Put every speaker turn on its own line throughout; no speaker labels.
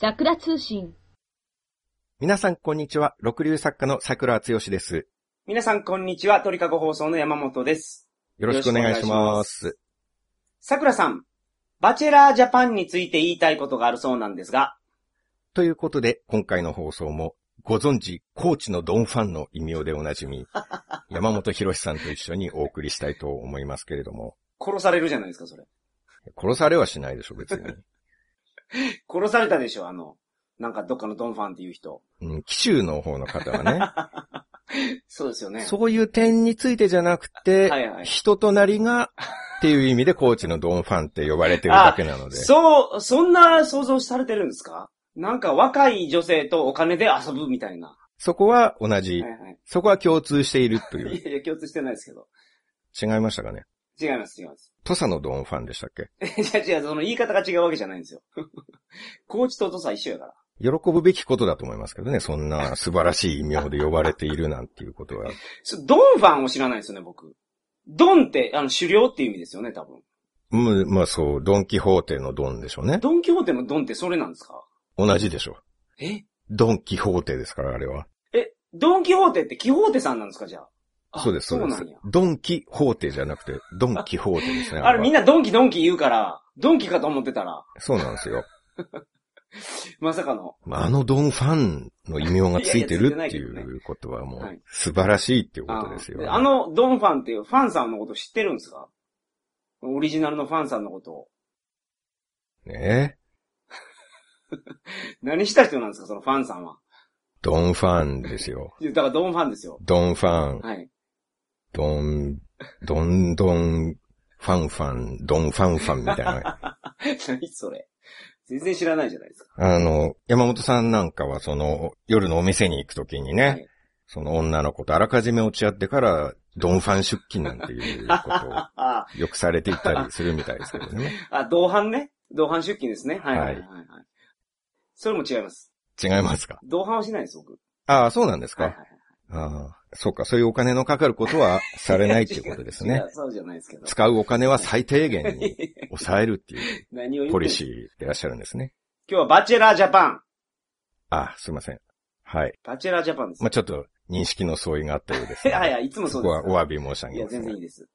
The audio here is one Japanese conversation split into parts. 桜通信。
皆さん、こんにちは。六流作家の桜つよしです。
皆さん、こんにちは。鳥かご放送の山本です。
よろしくお願いします。
桜さん、バチェラージャパンについて言いたいことがあるそうなんですが、
ということで、今回の放送も、ご存知、高知のドンファンの異名でおなじみ、 山本博さんと一緒にお送りしたいと思いますけれども、
殺されるじゃないですか、それ。
殺されはしないでしょ、別 に。
殺されたでしょ、あの、なんかどっかのドンファンっていう人。
うん、紀州の方の方はね、
そうですよ ね。
そういう点についてじゃなくて、
はいはい
人となりが、っていう意味で高知のドンファンって呼ばれてるだけなので、
そう、そんな想像されてるんですかなんか若い女性とお金で遊ぶみたいな。は
そこは同じ
い、はい。
そこは共通しているという。
いやいや、共通してないですけど。
違いましたかね
違います、違います。
土佐のドンファンでしたっけ
いや違う、その言い方が違うわけじゃないんですよ。 高知と土佐一緒やから。
喜ぶべきことだと思いますけどね。そんな素晴らしい異名で呼ばれているなんていうことは。
そドンファンを知らないですよね、僕。ドンって、あの、狩猟っていう意味ですよね、多分。
うん、まあそう、ドンキホーテのドンでしょうね。
ドンキホーテのドンってそれなんですか
同じでしょう。
え
ドンキホーテですから、あれは。
え、ドンキホーテってキホーテさんなんですか、じゃあ。あ
そうです、そうで
な
す
んや。。
ドンキホーテじゃなくて、ドンキホーテですね。
あれみん
な。
なドンキドンキ言うから、ドンキかと思ってたら、
そうなんですよ。
まさかの。
まあ、あのドンファンの異名がついてるっ
いやいやつい
て
てないけどね
いうことはも
は
う
い、
素晴らしいっていうこ
あ
とですよ、
であ、のドンファンっていうファンさんのこと知ってるんですかオリジナルのファンさんのことを。
ね
何した人なんですか、そのファンさんは。
ドンファンですよ。
いやだからドンファンですよ。
ドンファン、
はい。
ドン、ドンドン、ファンファン、ドンファンファンみたいな。
何それ。全然知らないじゃないですか。
あの、山本さんなんかはその、夜のお店に行くときにね、
はい
その女の子とあらかじめ落ち合ってから、ドンファン出勤なんていうことを
ああ、
よくされていたりするみたいですけどね。
あ、同伴ね。同伴出勤ですね。はいはいはい、はいはい。それも違います。
違います か
同伴はしないです、僕。
ああ、そうなんですか、
はいはいはい。
ああ、そうか、そういうお金のかかることはされないっていうことです
違
ね
う。そうじゃ ないですけど。
使うお金は最低限に抑えるっていう
何を言って
ポ
んの
リシーでいらっしゃるんですね。
今日はバチェラージャパン。
ああ、すいません。はい。
バチェラージャパンです。
まあ、ちょっと認識の相違があったようです、
いやいや、いつもそ
そう
で
こ
す
は
から。
お詫び申し上
い
げ
や、
ます、
全然いいです。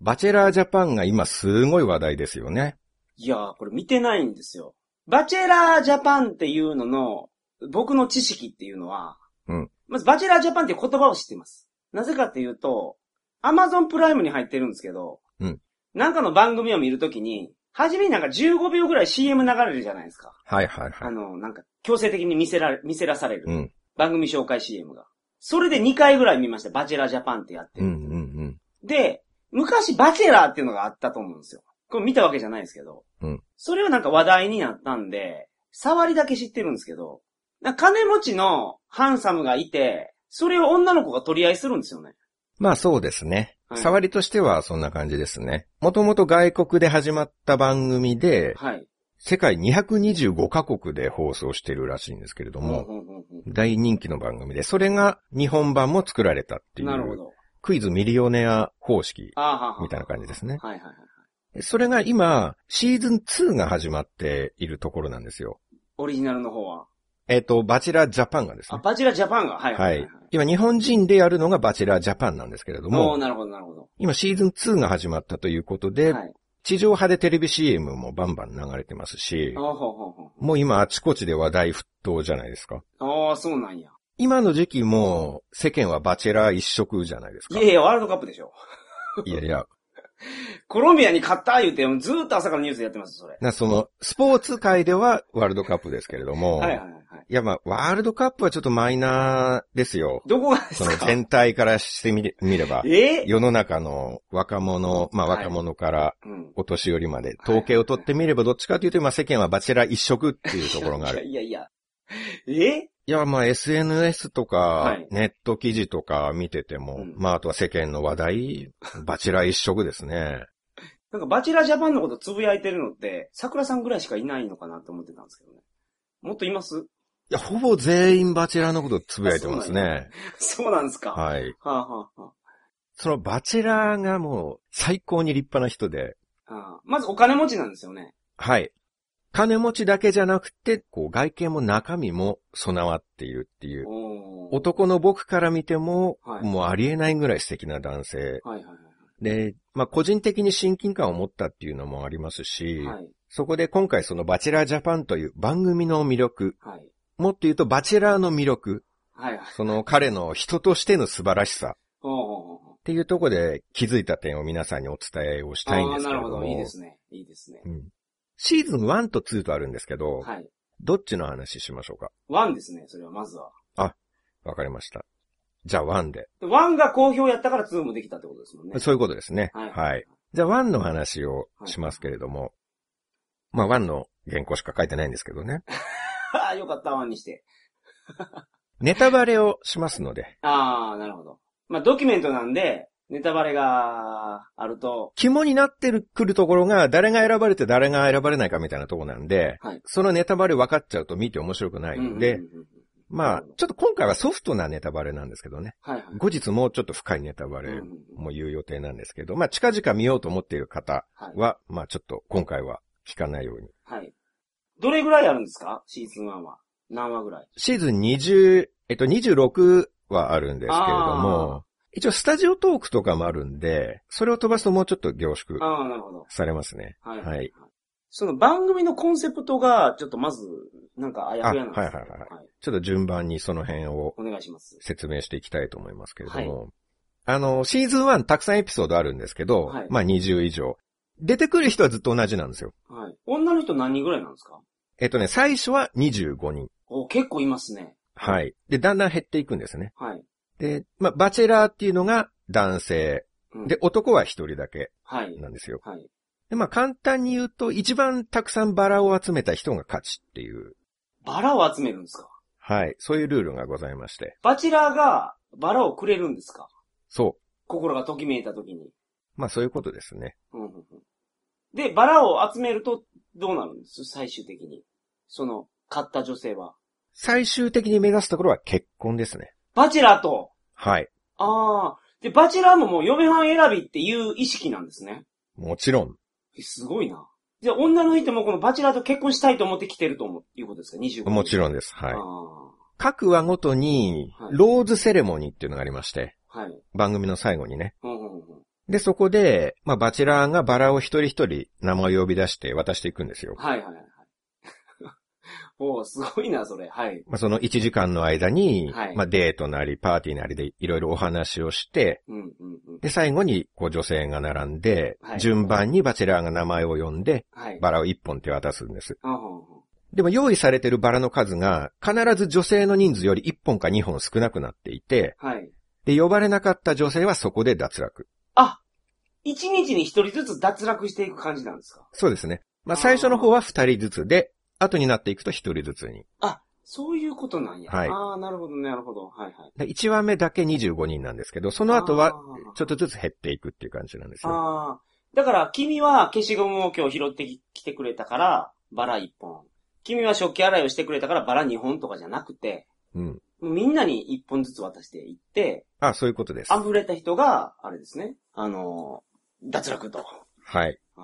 バチェラージャパンが今すごい話題ですよね。
いやー、これ見てないんですよ。バチェラージャパンっていうのの、僕の知識っていうのは、
うん
まずバチェラージャパンっていう言葉を知ってます。なぜかっていうと、アマゾンプライムに入ってるんですけど、
うん
なんかの番組を見るときに、はじめになんか15秒ぐらい CM 流れるじゃないですか。
はいはいは
あ
い。
の、なんか強制的に見せられ、見せらされる。
うん。
番組紹介 CM が。それで2回ぐらい見ました。バチェラージャパンってやって
うんう
る。
んうん。
で、昔バチェラーっていうのがあったと思うんですよ。これ見たわけじゃないですけど。
うん
それはなんか話題になったんで、触りだけ知ってるんですけど、なんか金持ちのハンサムがいて、それを女の子が取り合いするんですよね。
まあそうですね。
はい
触りとしてはそんな感じですね。もともと外国で始まった番組で、
はい。
世界225カ国で放送してるらしいんですけれども、
うんうんうんうん
大人気の番組で、それが日本版も作られたってい
なるほ
う、
ど。
クイズミリオネア方式
あーはーはー
みたいな感じですね。
はいはいはい。
それが今、シーズン2が始まっているところなんですよ。
オリジナルの方は。
えっ、と、バチェラージャパンがです
あ、
ね。
バチェラージャパンが。はい
は
はいはいい。。
今日本人でやるのがバチェラージャパンなんですけれど
おー
も、
なるほどなるほど。
今シーズン2が始まったということで、
はい。
地上波でテレビ CM もバンバン流れてますし
あー、ほうほうほう。
もう今あちこちで話題沸騰じゃないですか。
ああ、そうなんや。
今の時期もう世間はバチェラー一色じゃないです
い
か。
やいや、ワールドカップでしょ。
いやいや、
コロンビアに勝った言うて、ずーっと朝からニュースやってます、それ。
なそのスポーツ界ではワールドカップですけれども、
はいはい
い
はい。
やまあワールドカップはちょっとマイナーですよ。
どこがです
その
か
全体からしてみれ見れば、
えー
世の中の若者、まあ若者から、
うん。
お年寄りまで、統計を取ってみればどっちかというと、まあ世間はバチェラー一色っていうところがある。
いやいやいや。え
いや、まあ SNS と
は
か
い、
ネット記事とか見てても、
うん
まああとは世間の話題、バチェラー一色です ね。
なんかバチェラージャパンのことつぶやいてるのって、桜さんぐらいしかいないのかなと思ってたんですけどね。もっといます
いや、ほぼ全員バチェラーのことつぶやいてますね。
そうなんですか。は
はい。
あ、はあは
そのバチェラーがもう最高に立派な人で、
あ、はあまずお金持ちなんですよね。
はい。金持ちだけじゃなくて、こう外見も中身も備わっているっていう。
おー
男の僕から見ても、
はい
もうありえないぐらい素敵な男性。
はいはい
で、まあ個人的に親近感を持ったっていうのもありますし、
はい。はい。
そこで今回そのバチェラージャパンという番組の魅力、
はい。
もっと言うとバチェラーの魅力、
はい。
その彼の人としての素晴らしさっ
おーおーお
ていうところで気づいた点を皆さんにお伝えをし
ー
たいん
あ
で
あ、
す
な
けれ
る
ど
ほ
も。
ど。いいですね。いいですね。
うんシーズン1と2とあるんですけど、
はい。
どっちの話しましょうか
ワンですね、それは、まずは。
わかりました。じゃあ1で。
でワンが好評やったからツーもできたってことですもんね。
そういうことですね。
はい
じゃあ1の話をしますけれども、まあ1の原稿しか書いてないんですけどね。
ああ、よかった、ワンにして。
ネタバレをしますので、
ああ、なるほど。まあ、ドキュメントなんで、ネタバレがあると、
肝になってるくるところが誰が選ばれて誰が選ばれないかみたいなところなんで、
はい
そのネタバレ分かっちゃうと見て面白くないんで、
うんうんうんうん
まあ、ちょっと今回はソフトなネタバレなんですけどね。
はいはい。
後日もうちょっと深いネタバレ
うんうんうん
も言う予定なんですけど、まあ近々見ようと思っている方
はい。
は、まあちょっと今回は聞かないように。
はい。どれぐらいあるんですかシーズン1は。何話ぐらい
シーズン20、えっと26はあるんですけれども、一応スタジオトークとかもあるんで、それを飛ばすともうちょっと凝縮
ああ、なるほど。
されますね。
はい。
はい。
その番組のコンセプトが、ちょっとまず、なんかあやふやなんですけど
あはいはいはいちょっと順番にその辺を
お願いします。
説明していきたいと思いますけれども、あの、シーズン1たくさんエピソードあるんですけど、
はい
まあ20以上。出てくる人はずっと同じなんですよ。
はい。女の人何人ぐらいなんですか
えっとね、最初は25人。
お、結構いますね。
はい。で、だんだん減っていくんですね。
はい。
で、まあ、バチェラーっていうのが男性。
うん
で、、男は一人だけ
はい。
なんですよ。
はい。
で、まあ、簡単に言うと、一番たくさんバラを集めた人が勝ちっていう、
バラを集めるんですか
はい。そういうルールがございまして。
バチェラーがバラをくれるんですか
そう。
心がときめいたときに。
まあ、そういうことですね。
うんうんうんで、バラを集めるとどうなるんです最終的に。その、買った女性は。
最終的に目指すところは結婚ですね。
バチェラーと、
はい。
ああ。で、バチェラーももう嫁はん選びっていう意識なんですね。
もちろん、
えすごいな。じゃあ女の人もこのバチェラーと結婚したいと思って来てると思う、いうことですか ?25
もち
ん。
ろんです。はい
あ。
各話ごとに
はい、
ローズセレモニーっていうのがありまして、
あ。はい。
番組の最後にね。
うんうんうん。
で、そこで、まあ、バチェラーがバラを一人一人名前を呼び出して渡していくんですよ。
はいはいはい。 おーすごいな、それ。はい。
まあ、その1時間の間に、
はい
まあ、デートなり、パーティーなりでいろいろお話をして、
うんうんうん。
で、最後に、こう、女性が並んで、
はい
順番にバチェラーが名前を呼んで、
はい。
バラを一本手渡すんです。
うんうんうん
でも、用意されてるバラの数が、必ず女性の人数より1本か2本少なくなっていて、
はい。
で、呼ばれなかった女性はそこで脱落。
あ一日に一人ずつ脱落していく感じなんですか
そうですね。まあ
あー
最初の方は二人ずつで、後になっていくと一人ずつに。
そういうことなんや。
はい
ああ、なるほどね、なるほど。はいはい。
で1話目だけ25人なんですけど、その後は
あー
ちょっとずつ減っていくっていう感じなんですよ。
ああ。だから、君は消しゴムを今日拾ってき来てくれたから、バラ1本。君は食器洗いをしてくれたから、バラ2本とかじゃなくて、
うん。
もうみんなに1本ずつ渡していって、
あ、そういうことです。
溢れた人が、あれですね、あのー脱落と。
はい。
あ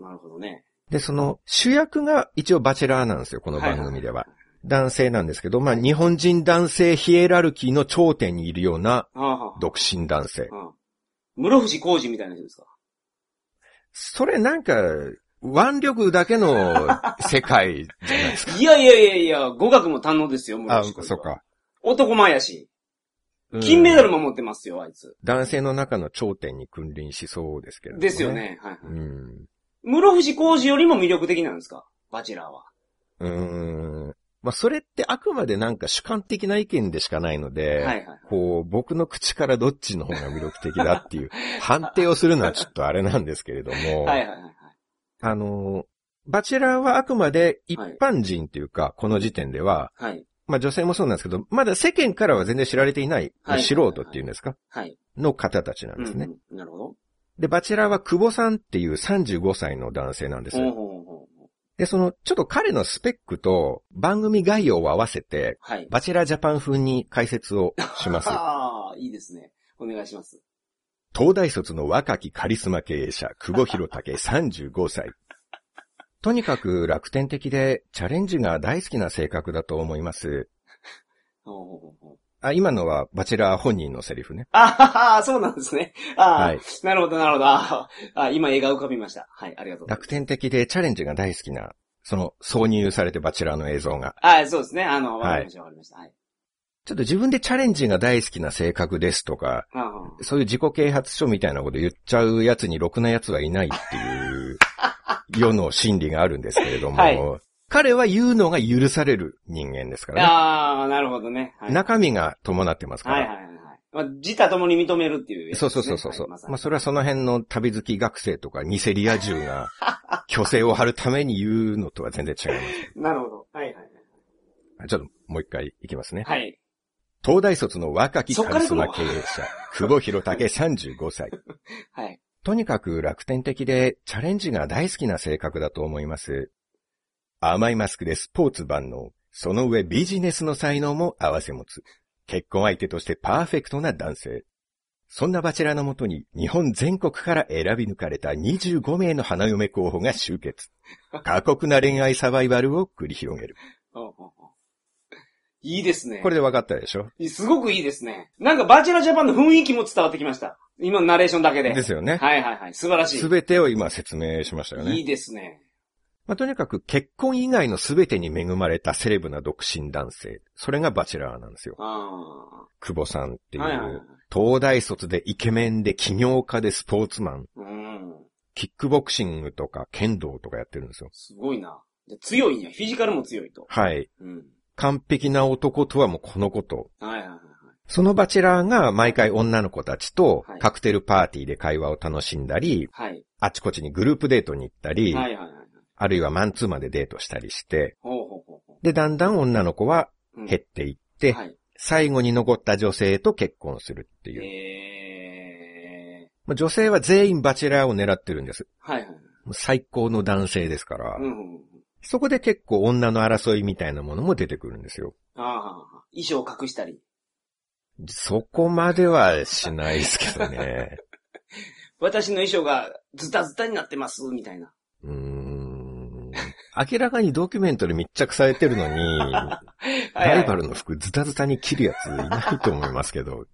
あ、なるほどね。
で、その主役が一応バチェラーなんですよ、この番組では。男性なんですけど、まあ日本人男性ヒエラルキーの頂点にいるような
はあはあ。
独身男性。
うん。室伏浩二みたいな人ですか
それなんか、腕力だけの世界じゃない ですか。
いやいやいやいや、語学も堪能ですよ、室
あ、
伏浩二は
そっ。か。
男前やし。
うん
金メダルも持ってますよ、あいつ。
男性の中の頂点に君臨しそうですけれども、
ですよ。ね。はいはい。
うん。
室伏浩二よりも魅力的なんですかバチェラーは。
うーん。まあ、それってあくまでなんか主観的な意見でしかないので、
はいはいはい。
こう、僕の口からどっちの方が魅力的だって いう判定をするのはちょっとあれなんですけれども、
はいはいはいはい。
あの、バチェラーはあくまで一般人というか、この時点では、
はい。
まあ女性もそうなんですけど、まだ世間からは全然知られていない、まあ
はい
素人っていうんですか、
はい。
の方たちなんですね。
うんうんなるほど。
で、バチェラーは久保さんっていう35歳の男性なんです
ほう
よ。
ほうほうほう
で、その、ちょっと彼のスペックと番組概要を合わせて、
はい。
バチェラージャパン風に解説をし ます。
ああ、いいですね。お願いします。
東大卒の若きカリスマ経営者、久保博武35歳。とにかく楽天的でチャレンジが大好きな性格だと思います。
ほうほうほうほう
あ、今のはバチェラー本人のセリフね。
あはは、そうなんですね。あ、
は
はいい、なるほど、なるほど。ああ、今映画浮かびました。はい、ありがとうございま
楽
す。
天的でチャレンジが大好きな、その挿入されてバチェラーの映像が。
あそうですね。あの、
はい
わかりました、わかりました。はい。
ちょっと自分でチャレンジが大好きな性格ですとか、
ああ
そういう自己啓発書みたいなこと言っちゃうやつにろくなやつはいないっていう世の心理があるんですけれども、
はい
彼は言うのが許される人間ですからね。
ああ、なるほどね。はい。
中身が伴ってますから。
はいはいはいはい。まあ、自他ともに認めるっていうやつ
そ
で
う
すね、
そうそうそうそう。
はい
まあそれはその辺の旅好き学生とかニセリア銃 が虚勢を張るために言うのとは全然違います。
なるほど。はいはいはい。
あちょっともう一回いきますね。
はい。
東大卒の若き
そっ
カ
から
リ
行
ス
くの
マ経営者、久保博武35歳。
はい。
とにかく楽天的でチャレンジが大好きな性格だと思います。甘いマスクでスポーツ万能、その上ビジネスの才能も合わせ持つ。結婚相手としてパーフェクトな男性。そんなバチェラーのもとに日本全国から選び抜かれた25名の花嫁候補が集結。過酷な恋愛サバイバルを繰り広げる。
おうおうおういいですね。
これで分かったでしょ
すごくいいですね。なんかバーチャルジャパンの雰囲気も伝わってきました。今のナレーションだけで。
ですよね。
はいはいはい。素晴らしい。
すべてを今説明しましたよね。
いいですね。
まあ、とにかく結婚以外の全てに恵まれたセレブな独身男性。それがバチェラーなんですよ。
あ
久保さんってい
あ。
う。
はいはいはい。
東大卒でイケメンで起業家でスポーツマン。
うん。
キックボクシングとか剣道とかやってるんですよ。
すごいな。じゃ強いんや。フィジカルも強いと。
はい。
うん。
完璧な男とはもうこのこと。
はいはいはいはい。
そのバチェラーが毎回女の子たちと
はい
カクテルパーティーで会話を楽しんだり、
はい。
あちこちにグループデートに行ったり、
はいはいはい。
あるいはマンツーマンでデートしたりして、
ほうほうほうほ
で、だんだん女の子は
ううん。
減っていって、
はい。
最後に残った女性と結婚するっていう。
えー。
まあ女性は全員バチェラーを狙ってるんです。
はいはいはい。
もう最高の男性ですから、
うんうんうん。
そこで結構女の争いみたいなものも出てくるんですよ。
ああ、衣装を隠したり。
そこまではしないですけど ね。
私の衣装がズタズタになってます、みたいな。
うーん。明らかにドキュメントで密着されてるの に、ライバ
ル。
ルの服ズタズタに切るやついないと思いますけど、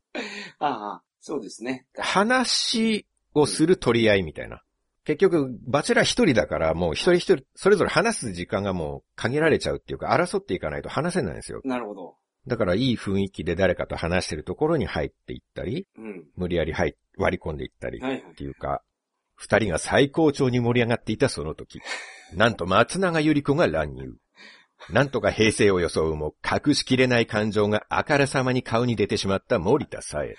ああ、そうですね。
話をする取り合いみたいな。結局、バチェラー一人だから、もう一人一人、それぞれ話す時間がもう限られちゃうっていうか、争っていかないと話せないんですよ。
なるほど。
だから、いい雰囲気で誰かと話してるところに入っていったり、
うん。
無理やり入っ割り込んでいったりっ
はいはい。
ていうか、二人が最高潮に盛り上がっていたその時、なんと松永ゆり子が乱入。なんとか平成を装うも、隠しきれない感情があからさまに顔に出てしまった森田さえ。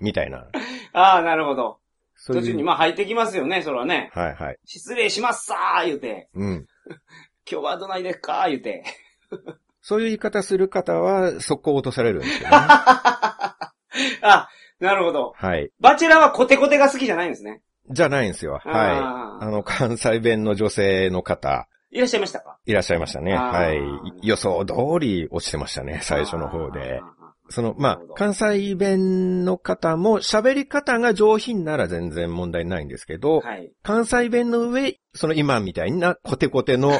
みたいな。
ああ、なるほど。
そうい
途
う
中にまあ入ってきますよね、それはね。
はいはい。
失礼しますさー言うて。
うん。
今日はどないですかー言うて。
そういう言い方する方は、速攻落とされるんですよね。
あ、なるほど。
はい。
バチェラーはコテコテが好きじゃないんですね。
じゃないんですよ。はい。あ
は
の、関西弁の女性の方、
い。いらっしゃいましたか
いらっしゃいましたね。
あー
はい。予想通り落ちてましたね、最初の方で。。
あ
その、
な
ま
るほ
あ、
ど
関西弁の方も喋り方が上品なら全然問題ないんですけど、
ーはい。
関西弁の上、その今みたいなコテコテ の、な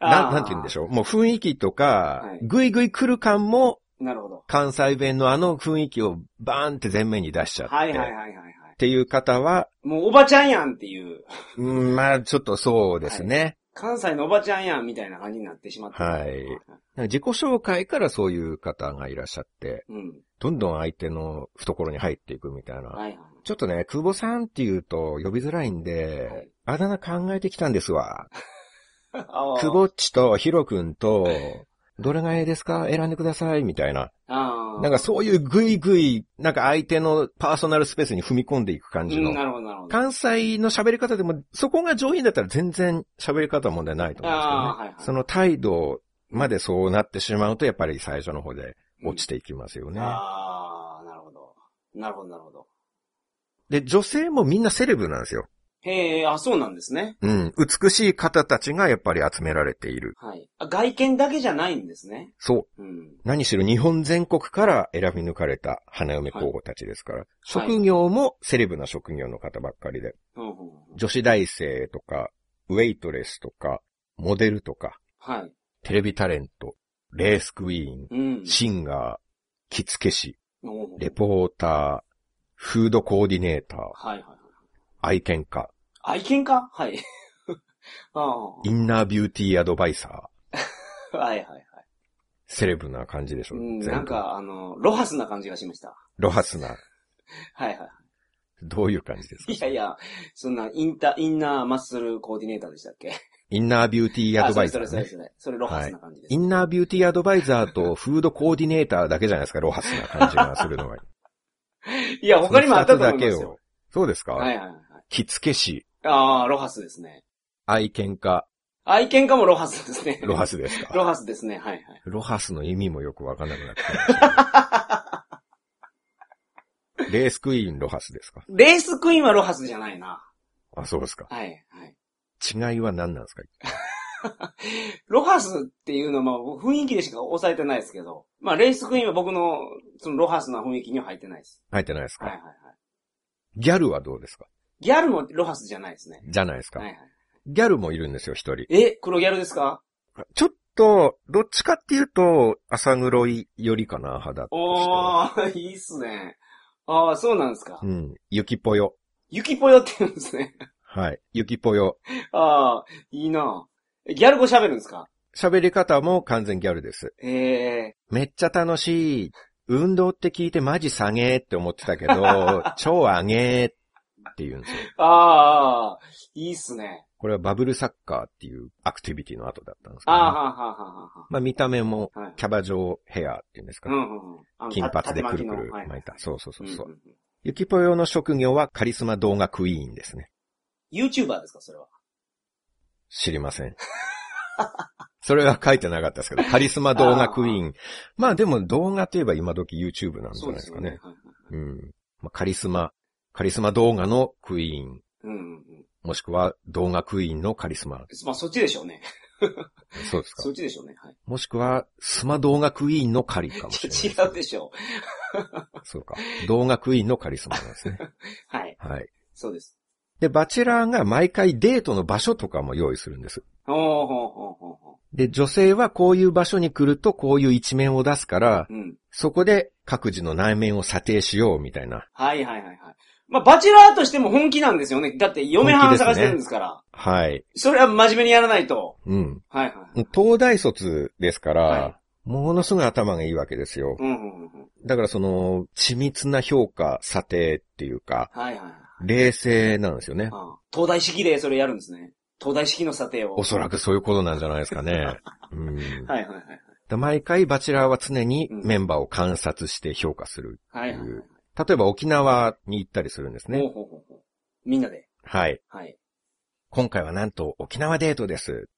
あー
んなんて言うんでしょう。もう雰囲気とか
はい、
ぐいぐい来る感も
なるほど。
関西弁のあの雰囲気をバーンって前面に出しちゃって、
はいはいはい
っ
はいはい。
ていう方は、
もうおばちゃんやんっていう。
うん、まあちょっとそうですね。
関西のおばちゃんやんみたいな感じになってしまった。
はいなんか自己紹介からそういう方がいらっしゃって、
うん。
どんどん相手の懐に入っていくみたいな。
はいはい。
ちょっとね、久保さんって言うと呼びづらいんで、
はい
あだ名考えてきたんですわ。
あー
久保っちとヒロ君と、どれがええですか選んでください、みたいな。
あー
なんかそういうぐいぐい、なんか相手のパーソナルスペースに踏み込んでいく感じ
う
の
ん、。なるほど、なるほど。
関西の喋り方でも、そこが上品だったら全然喋り方は問題ないと思うんですけどね。
あーはいはい
その態度までそうなってしまうと、やっぱり最初の方で落ち
て
ていきますよね。
ああ、なるほど。なるほど、なるほど。
で、女性もみんなセレブなんですよ。
へえ、あ、そうなんですね。
うん。美しい方たちがやっぱり集められている。
はい。あ外見だけじゃないんですね。
そう。
うん。
何しろ日本全国から選び抜かれた花嫁候補たちですから、職業もセレブな職業の方ばっかりで、
うんうんうん
女子大生とか、ウェイトレスとか、モデルとか、
はい。
テレビタレント、レースクイーン、
うん。
シンガー、着付け師、
おー
レポーター、フードコーディネーター、
はいはいはい。
愛犬家、
愛犬かはい。 ああ。は
インナービューティーアドバイザー、
いはいはい。
セレブな感じでしょ。
うん、
全部
なん、か、あの、ロハスな感じがしました。
ロハスな、
はいは
どういう感じですか
い。いやいや、そんな、インタ、インナーマッスルコーディネーターでしたっけ
インナービューティーア
あ
ド
そ
バ
れ
イザー、
それ
ね。
それそれ。それロハスな感じです。
インナービューティーアドバイザーとフードコーディネーターだけじゃないですか、ロハスな感じがするのは。
いや、他にもあったと思
その
いま
二
す
つだけ
よ
を。。そうですか、
はいはいはい。
着付け師、
ああ、ロハスですね。
愛犬家、
愛犬家もロハスですね。
ロハスです か
ロハスですね、はいはい。
ロハスの意味もよくわかんなくなってきましたレースクイーンロハスですか
レースクイーンはロハスじゃないな。
あ、そうですか。
はい、はい。
違いは何なんですか
ロハスっていうのはまあ雰囲気でしか抑えてないですけど、まあレースクイーンは僕のそのロハスな雰囲気には入ってないです。
入ってないですか、
はいはいはい。
ギャルはどうですか
ギャルもロハスじゃないですね。
じゃないですか、
はいはい。
ギャルもいるんですよ、一人。
え、黒ギャルですか
ちょっと、どっちかっていうと、朝黒いよりかな、肌としては。
おー、いいっすね。ああ、そうなんですか。
うん。ゆきぽよ。
ゆきぽよって言うんですね。
はい。ゆきぽよ。
ああ、いいなえギャル語喋るんですか
喋り方も完全ギャルです。
ええ
めっちゃ楽しい。運動って聞いてマジ下げーって思ってたけ ど、超上げーって言うんですよ。
ー、ああ、いいっすね。
これはバブルサッカーっていうアクティビティの後だったんですけ
あ
ど、
あ、
ね。
はあ、はあ、は
まあ見た目も
あ、はい。
キャバ嬢ヘアっていうんですか、
うんうんうんあの
金髪でくるく
縦
る
のはい
巻いた。そうそうそうそう。
んんん
ゆきぽよの職業はカリスマ動画クイーンですね。
YouTuber ですか、それは。
知りま せん。それは書いてなかったですけど、カリスマ動画クイーン。まあでも動画といえば今時 YouTube なんじゃないですかね。
そうですよ。はいはい
うん。まあ、カリスマ、カリスマ動画のクイーン、
うんうんうん。
もしくは動画クイーンのカリスマ。
まあ、そっちでしょうね。
そうですか
そ。っちでしょうね。はい。
もしくは、スマ動画クイーンのカリかもしれない。
違うでしょう。
そうか。動画クイーンのカリスマなんですね。
はい。
はい。
そうです。
で、バチェラーが毎回デートの場所とかも用意するんです。
ほうほうほうほうほ
で、女性はこういう場所に来るとこういう一面を出すから、
う。うん。
そこで各自の内面を査定しようみたいな。
はいはいはいはい。まあ、バチェラーとしても本気なんですよね。だって、嫁はん探してるんですから。
はい。
それは真面目にやらないと。
うん。
はいはい。
東大卒ですから、
は
ものすごい頭がいいわけですよ。
うんうんうんうん。
だからその、緻密な評価、査定っていうか、
はいはいはい。
冷静なんですよね。
ああ東大式でそれやるんですね。東大式の査定を。
おそらくそういうことなんじゃないですかね。うん、
はいはいはい。
で毎回バチェラーは常にメンバーを観察して評価する。
はいはいはい。
例えば沖縄に行ったりするんです
ほ
ね。
うほうほうほう。みんなで。
はい。
はい。
今回はなんと沖縄デート です。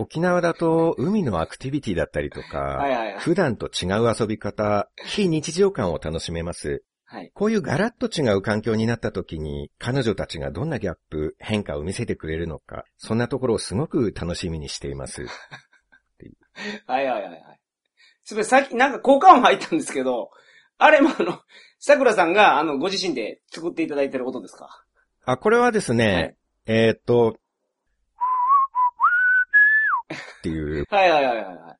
沖縄だと海のアクティビティだったりとか、
はいはいはい。
普段と違う遊び方、非日常感を楽しめます。
はい。
こういうガラッと違う環境になった時に、彼女たちがどんなギャップ、変化を見せてくれるのか、そんなところをすごく楽しみにしています。
はいはいはいはい。すみません、さっきなんか効果音入ったんですけど、あれもあの、桜さんがあの、ご自身で作っていただいてることですか
あ、これはですね、えーっと、っていう、
はいはいはいはいはい。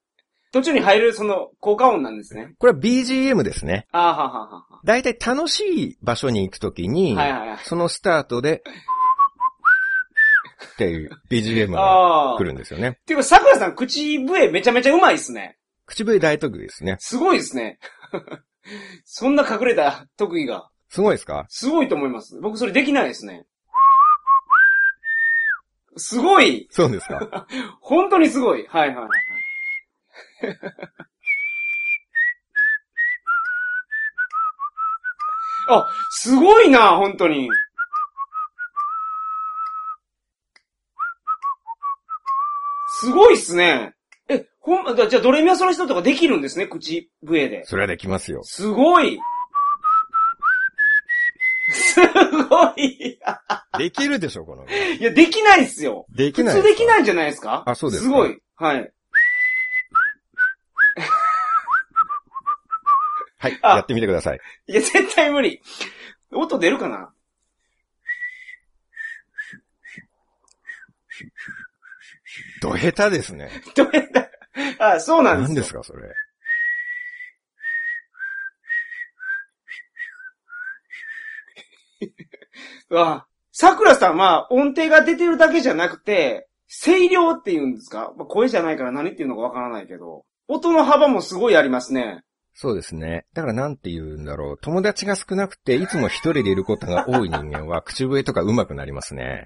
途中に入るその効果音なんですね。
これは BGM ですね。
ああはあはあはあ。
だいたい楽しい場所に行くときに、
はいはいはい
そのスタートで、っていう BGM が
ああ。
来るんですよね。
っていうか、桜さん、口笛めちゃめちゃうまいっすね。
口笛大特技ですね。
すごいですね。 そんな隠れた特技が。
すごいですか
すごいと思います。僕それできないですね。すごい
そうですか。
本当にすごいはいはいはい。 あ、すごいな、本当に。すごいっすね。え、ほんま、じゃあドレミアソの人とかできるんですね、口笛で。
それはできますよ。
すごいすごい
できるでしょ、この。
いや、できないっすよ
でき
普
ない。
通でき
い。
ないんじゃないですか
あそうです
す
か
ごい。はい。
はい、
あ
やってみてください。
いや、絶対無理。音出るかな
ど下手ですね。
どうやった あ、そうなんです
何
よ
ですか、それ。
あ、桜さんは音程が出てるだけじゃなくて、声量って言うんですか、まあ、声じゃないから何っていうのかわからないけど、音の幅もすごいありますね。
そうですね。だからなんて言うんだろう。友達が少なくて、いつも一人でいることが多い人間 は、口笛とか上手くなりますね。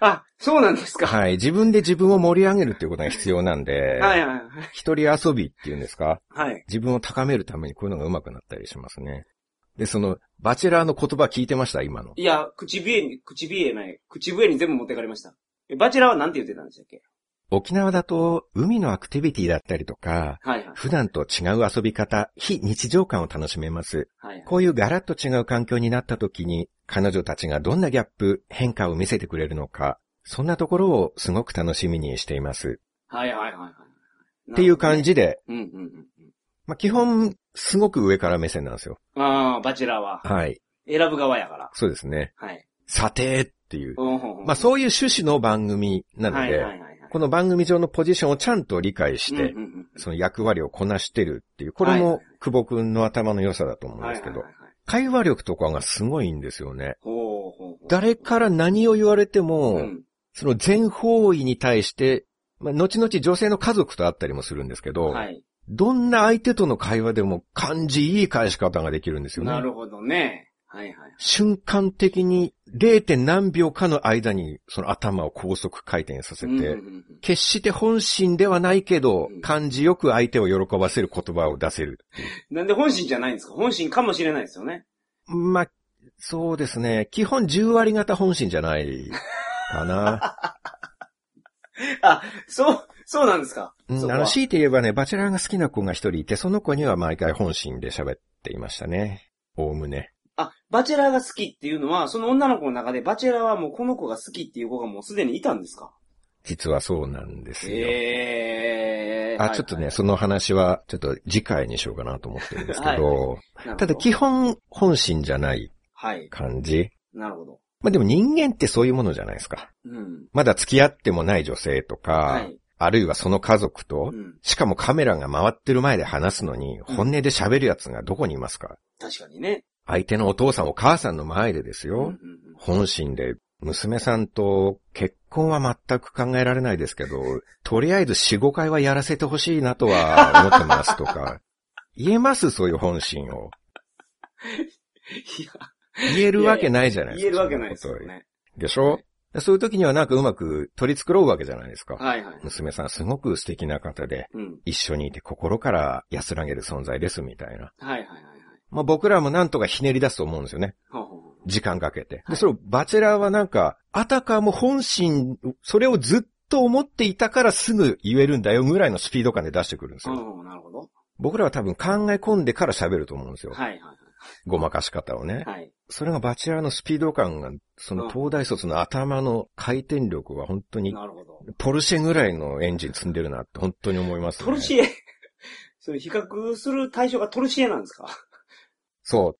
あ、そうなんですか。
はい。自分で自分を盛り上げるっていうことが必要なんで、
はいはいはい。
一人遊びっていうんですか
はい。
自分を高めるためにこういうのが上手くなったりしますね。で、その、バチェラーの言葉聞いてました、今の。
いや、口笛に、口笛ない、口笛に全部持ってかれました。えバチェラーは何て言ってたんでしたっけ
沖縄だと、海のアクティビティだったりとか、
はいはい。
普段と違う遊び方、非日常感を楽しめます。
はいはい。
こういうガラッと違う環境になった時に、彼女たちがどんなギャップ、変化を見せてくれるのか、そんなところをすごく楽しみにしています。
はいはいはいはい。
っていう感じで、
うんうんうん
まあ、基本、すごく上から目線なんですよ。
うん。ああ、バチェラーは。
はい。
選ぶ側やから。
そうですね。
はい。
査定っていう。
うんうんうん
まあ、そういう趣旨の番組なの
はい
で、
はいはいはい。
この番組上のポジションをちゃんと理解して、
うんうん
その役割をこなしてるっていう、これ
はいは
も久保くんの頭の良さだと思
うん
うんですけど
はい、はいはいはい
会話力とかがすごいんですよね。
ほうほうほう
誰から何を言われても、
うん
その全方位に対して、まあ、後々女性の家族と会ったりもするんですけど、
はい。
どんな相手との会話でも感じいい返し方ができるんですよね。
なるほどね。はいはい。
瞬間的に 0. 何秒かの間にその頭を高速回転させて、
うんうんうん
決して本心ではないけど
うん、
感じよく相手を喜ばせる言葉を出せる。
なんで本心じゃないんですか本心かもしれないですよね。
まあ、そうですね。基本10割型本心じゃないか な。
あ、そう、そうなんですか。
うん、
そこ
あ
は
の、強いて言えばね、バチェラーが好きな子が一人いて、その子には毎回本心で喋っていましたね。おおむね。
あ、バチェラーが好きっていうのは、その女の子の中でバチェラーはもうこの子が好きっていう子がもうすでにいたんですか
実はそうなんですよ。
ええー。
あ、ちょっとね、その話は、ちょっと次回にしようかなと思ってるんですけど、た
た
だ基本本心じゃない
はい。
感じ。
なるほど。
まあでも人間ってそういうものじゃないですか。
うん。
まだ付き合ってもない女性とか、
はい。
あるいはその家族と、
うん。
しかもカメラが回ってる前で話すのに、
うん
本音で喋る奴がどこにいますか
確かにね。
相手のお父さんお母さんの前でです
うんうん
よ。
うん
本心で、娘さんと結婚は全く考えられないですけど、 とりあえず4、5回はやらせてほしいなとは思ってますとか、 言えますそういう本心を。
いや、
言えるわけないじゃないです
言
か。
えるわけないですよ
そんなこ
ね。
とでしょそういう時にはなんかうまく取り繕うわけじゃないですか。
はいはい。
娘さんすごく素敵な方で、
うん。
一緒にいて心から安らげる存在ですみたいな。
はいはいはいはい。
まあ、僕らもなんとかひねり出すと思うんですよね。
ほうほうほう
時間かけて。
は
で、
い
それをバチェラーはなんか、あたかも本心、それをずっと思っていたからすぐ言えるんだよぐらいのスピード感で出してくるんですよ。
うんうんなるほど。
僕らは多分考え込んでから喋ると思うんですよ。
はいはいは
ごまかし方をね
い。。はい。
それがバチェラーのスピード感が、その東大卒の頭の回転力は本当に、
なるほど。
ポルシェぐらいのエンジン積んでるなって本当に思います、ね。
トルシエ、 それ比較する対象がトルシエなんですか
そう。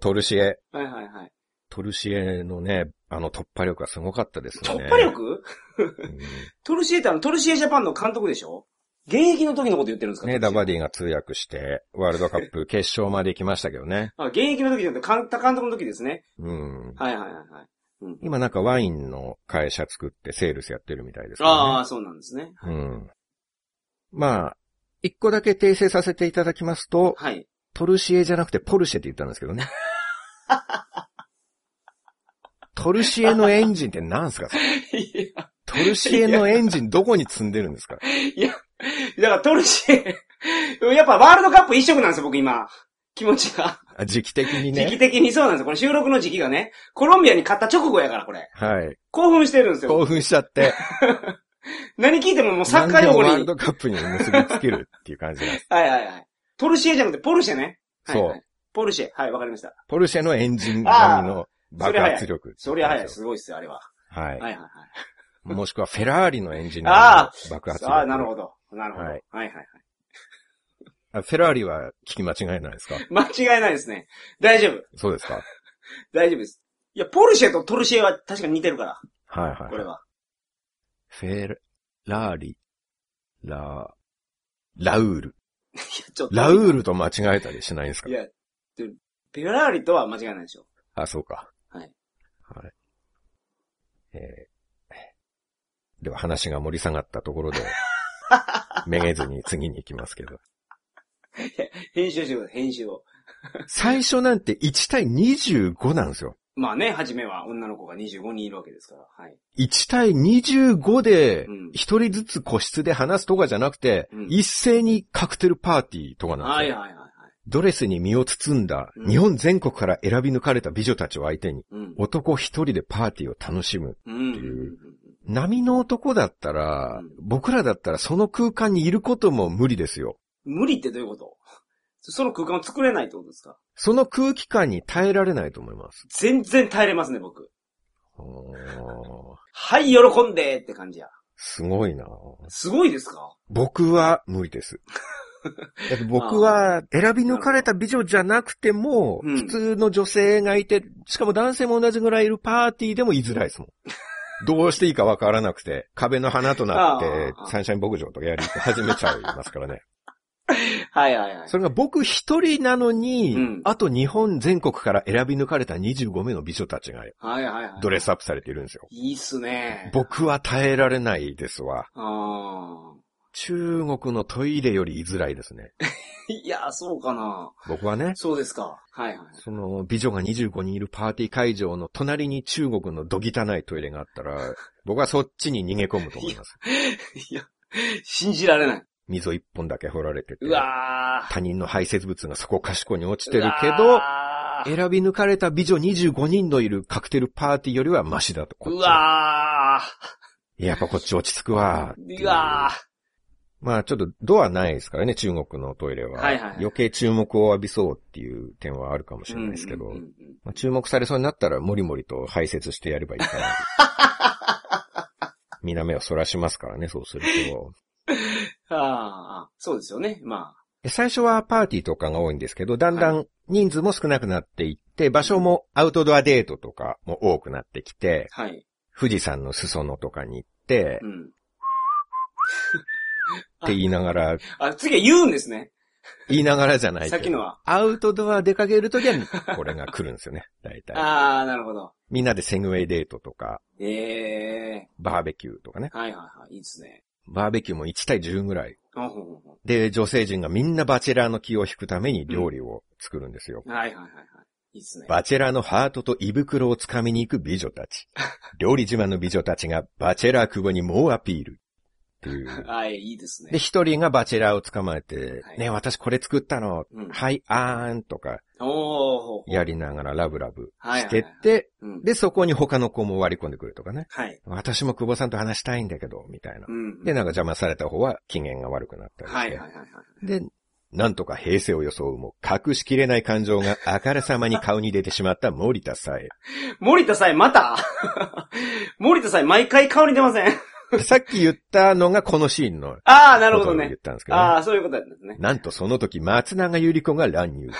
トルシエ。
はいはいはい。
トルシエのね、あの突破力はすごかったですよ
突
ね。
破力
うん
トルシエってあの、トルシエジャパンの監督でしょ現役の時のこと言ってるんですか
ね、ダバデ
ィ。
ィが通訳して、ワールドカップ決勝まで行きましたけどね。
あ、現役の時じゃなくて、監監督の時ですね。
うん。
はいはいはいはい。うん、
今なんかワインの会社作ってセールスやってるみたいですけど
あ
ね。
あ、そうなんですね。
うん。まあ、一個だけ訂正させていただきますと、
はい。
トルシエじゃなくてポルシェって言ったんですけどね。トルシエのエンジンって何すかそれ
いや
トルシエのエンジンどこに積んでるんですか
だからトルシエ、やっぱワールドカップ一色なんですよ、僕今。気持ちが。
あ時期的に
時期
ね。
的にそうなんですよ。これ収録の時期がね、コロンビアに勝った直後やから、これ。
はい。
興奮してるんですよ。
興奮しちゃって、
何聞いてももうサ
何
ッカー
で
用
も
語
ワ
に。
ールドカップに結びつけるっていう感じなんです
はいはいはい。トルシエじゃなくて、ポルシェね。はいはい、
そう。
ポルシェ。はい、わかりました。
ポルシェのエンジン並みの爆発力。
そりゃ早い。すごいっすよ、あれは。
は。
はいいはいはい。
もしくはフェラーリのエンジン並みの爆発力。
ああ、なるほど。なるほど。は
はいい、
はい、はい。
あフェラーリは聞き間違いないですか
間違いないですね。大丈夫。
そうですか
大丈夫です。いや、ポルシェとトルシエは確かに似てるから、
はいはい。
これは。
フェラーリ、ラ、ラウール。
ちょっと。
ラウールと間違えたりしないんですか
いや、でペラーリとは間違いないでしょ。
あ、そうか。
はい。
はい。えーでは話が盛り下がったところ で、めげずに次に行きますけど。
編集してください、編集を。
最初なんて1対25なんですよ。
まあね、初めは女の子が25人いるわけですから。はい。
1対25で
うん、
一人ずつ個室で話すとかじゃなくて、
うん
一斉にカクテルパーティーとかなん
は
です
い
よ。
はいはいはい。
ドレスに身を包んだ、
うん
日本全国から選び抜かれた美女たちを相手に、
うん。
男一人でパーティーを楽しむ。
うん
って
う。
いうん波の男だったら、
うん
僕らだったらその空間にいることも無理ですよ。
無理ってどういうことその空間を作れないってことですか
その空気感に耐えられないと思います。
全然耐えれますね、僕。
あー
はい、喜んでって感じや。
すごいな
すごいですか
僕は無理 です。だって僕は選び抜かれた美女じゃなくても、
うん
普通の女性がいて、しかも男性も同じぐらいいるパーティーでも居づらい ですもん。どうしていいかわからなくて、壁の花となって
あ、ー
サンシャイン牧場とかやり始めちゃいますからね。
はいはいはい。
それが僕一人なのに、
うん
あと日本全国から選び抜かれた25名の美女たちが
はいはいはい。
ドレスアップされているんですよ。
いいっすね。
僕は耐えられないですわ。
あ
中国のトイレより居づらいですね。
あ。いや、そうかな。
僕はね、
そうですか。はいはい。
その美女が25人いるパーティー会場の隣に中国のど汚いトイレがあった ら、僕はそっちに逃げ込むと思います。
いや、信じられない。
溝一本だけ掘られてて
う、わー
他人の排泄物がそこかしこに落ちて
う
るけど、
わー
選び抜かれた美女25人のいるカクテルパーティーよりはマシだと。こっち
うわ
やっぱこっち落ち着くわって
ー
いう
わ
まあちょっとドアないですからね、中国のトイレは。
はいはいはい
余計注目を浴びそうっていう点はあるかもし
ー
れないですけど、
うんうんうん
まあ、注目されそうになったらもりもりと排泄してやればいいかな。 みんな目をそらしますからね、そうすると。
ああ、そうですよね。ま
で最初はパーティーとかが多いんですけど、だんだん人数も少なくなっていって、場所もアウトドアデートとかも多くなってきて、
あ、はい。
富士山の裾野とかに行って
う、ん。
って言いながら、
あ、次は言うんですね。
言いながらじゃないけど。
さっきのは。
アウトドア出かけるときは、これが来るんですよね。大体。
ああ、なるほど。
みんなでセグウェイデートとか、
ええ
バーベキューとかね。
ー。はいはいはい。いいですね。
バーベキューも1対10ぐらい。
あほんほんほ
で、女性陣がみんなバチェラーの気を引くために料理を作るんですよ。
んはいはいはいはい。いいですね。
バチェラーのハートと胃袋をつかみに行く美女た ち。料理自慢の美女たちがバチェラー久保に猛アピール。っていう。
はい、いいです
で、
ね。
一人がバチェラーを捕まえて、
はい
ね、私これ作ったの。
うん。
はい、あーんとか、
おー。
やりながらラブラブ
はい
し
はい
てっ
はい。
て、
うん。
で、そこに他の子も割り込んでくるとかね。
はい。
私も久保さんと話したいんだけど、みたいな
う。ん。
で、なんか邪魔された方は機嫌が悪くなったりして。
はいはいはいはい。
で、なんとか平成を装うも隠しきれない感情があからさまに顔に出てしまった森田さ え。
森田さえまた 森田さえ毎回顔に出ません
さっき言ったのがこのシーンの
ああ、なる
こ
ほ
とを
ど
言っ
ね。
たんですけど、ね
ああ、そういうことなんですね。
なんとその時松永ゆり子が乱入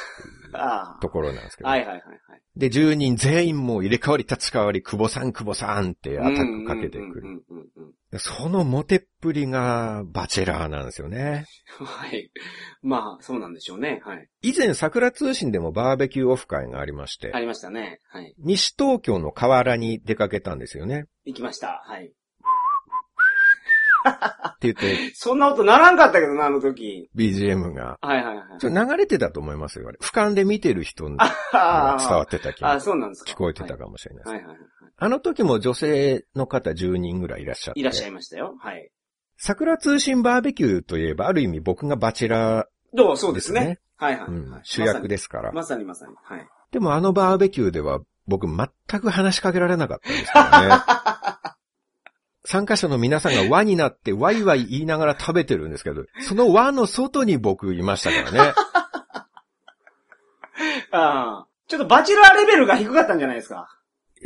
あ
ところなんですけ
あ。
ど、
はいはいはいはい。
で、10人全員もう入れ替わり立ち替わり、久保さん久保さんってアタックかけてく
う
る。
んうんうんうんうん
そのモテっぷりがバチェラーなんですよね。
はい。まあ、そうなんでしょうね。はい。
以前桜通信でもバーベキューオフ会がありまして、
ありましたね。はい。
西東京の河原に出かけたんですよね。
行きました。はい。
って言って、
そんな音ならんかったけどな、あの時。
BGM が。
はいはいはい。
ちょっと流れてたと思いますよ、あれ。俯瞰で見てる人にも伝
あー
わってた気
あ
が
ー、そうなんですか。
聞こえてた
は
かもしれないで
い
す。
はいはいはい。
あの時も女性の方10人ぐらいいらっしゃって。
いらっしゃいましたよ。はい。
桜通信バーベキューといえば、ある意味僕がバチェラ
どうそう
ー
で
ですす
ね。
ね。
はいはい、
うん
はい。
主役ですから。
まさにまさに。はい。
でもあのバーベキューでは僕全く話しかけられなかったですからね。 参加者の皆さんが輪になってワイワイ言いながら食べてるんですけど、その輪の外に僕いましたからね。
ああ。ちょっとバチェラーレベルが低かったんじゃないですか。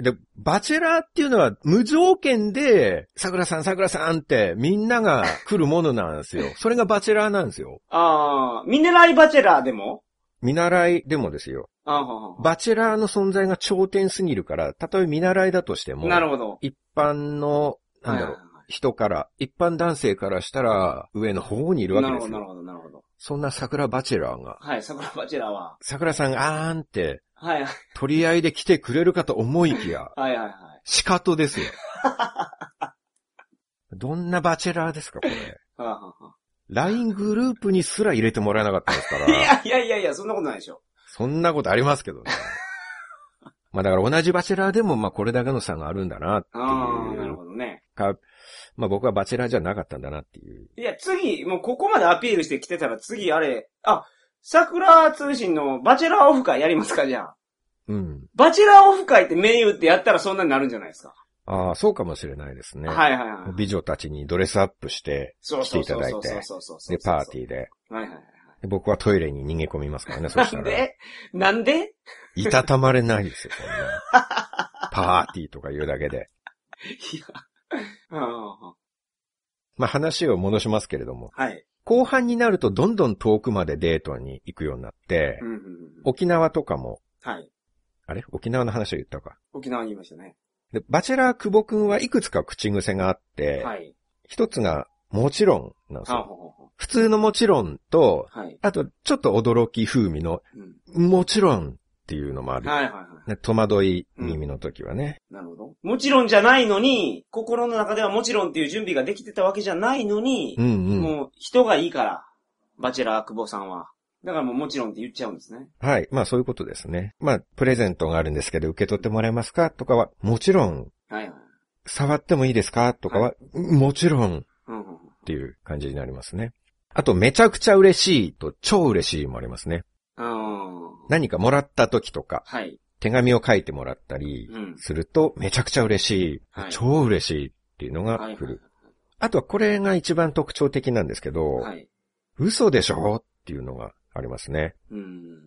で、バチェラーっていうのは無条件で、桜さん桜さんってみんなが来るものなんです よ。それがバチェラーなんですよ。
ああ、ミネライバチェラーでも
見習いでもですよ。
ああ、はあは
バチェラーの存在が頂点すぎるから、たとえ見習いだとして
あ
も、
なるほど。
一般の、なんだろう、
はいはいはい
人から、一般男性からしたら上の方にいるわ
な
け
る
で
ほ
す
ど、なる
よ。
ほど、なるほど。
そんな桜バチェラーが、
はい、桜バチェラーは。
桜さんがあーんって
はい、はい、
取り合いで来てくれるかと思いきや、
はい、はい。
仕方です よ。どんなバチェラーですか、これ。
はあはあは
LINE グループにすら入れてもらえなかったですか
あい
ら、
やいやいやいや、そんなことないでしょ。
そんなことありますけ どね。まあだから同じバチェラーでもまあこれだけの差があるんだなって
ああ、ないる
う
ほどね。
か、まあ僕はバチェラーじゃなかったんだなっていう。
いや、次、もうここまでアピールしてきてたら次、あれ、あ、桜通信のバチェラーオフ会やりますか、じゃあ。
うん。
バチェラーオフ会ってメニューってやったらそんなになるんじゃないですか。
ああ、そうかもしれないですね。
はいはいはい。
美女たちにドレスアップして、
そう
来て
そ
いうた
そう
だい
そう
て
そうそうそうそう。
で、パーテ
ィ
ィーで。
ー。はいはいはい。
で僕はトイレに逃げ込みます からね、そし
な
た
ん
ら。
でなんで
いたたまれないですよ、こんな。パーティーとか言うだけで。
いや。あ
まあ話を戻しますけれども、
あはい。
後半になるとどんどん遠くまでデートに行くようになって
う、んうんうん。
沖縄とかも、
はい。
あれ沖縄の話を言ったか。
沖縄にいましたね。
で、バチェラー久保くんはいくつか口癖があって、
はい。
一つが、もちろんなんです
はあ
よ。
ほうほうほ
普通のもちろんと、
うはい。
あと、ちょっと驚き風味の、
うん
もちろんっていうのもある。
はいはいはい。
ね戸惑い耳の時はね。
なるほど。もちろんじゃないのに、心の中ではもちろんっていう準備ができてたわけじゃないのに
う、んうん。
もう人がいいから、バチェラー久保さんは。だからもうもちろんって言っちゃうんですね。
はい。まあそういうことですね。まあ、プレゼントがあるんですけど、受け取ってもらえますかとかは、もちろん、
はいはい。
触ってもいいですかとかは、もちろん、
うんうんうん。
っていう感じになりますね。あと、めちゃくちゃ嬉しいと、超嬉しいもありますね。
あー
何かもらった時とか、
はい。
手紙を書いてもらったり
うん
すると、めちゃくちゃ嬉しい、
はい
超嬉しいっていうのが
はい
来る。。あとは、これが一番特徴的なんですけど、
はい。
嘘でしょっていうのがありますね。
うん。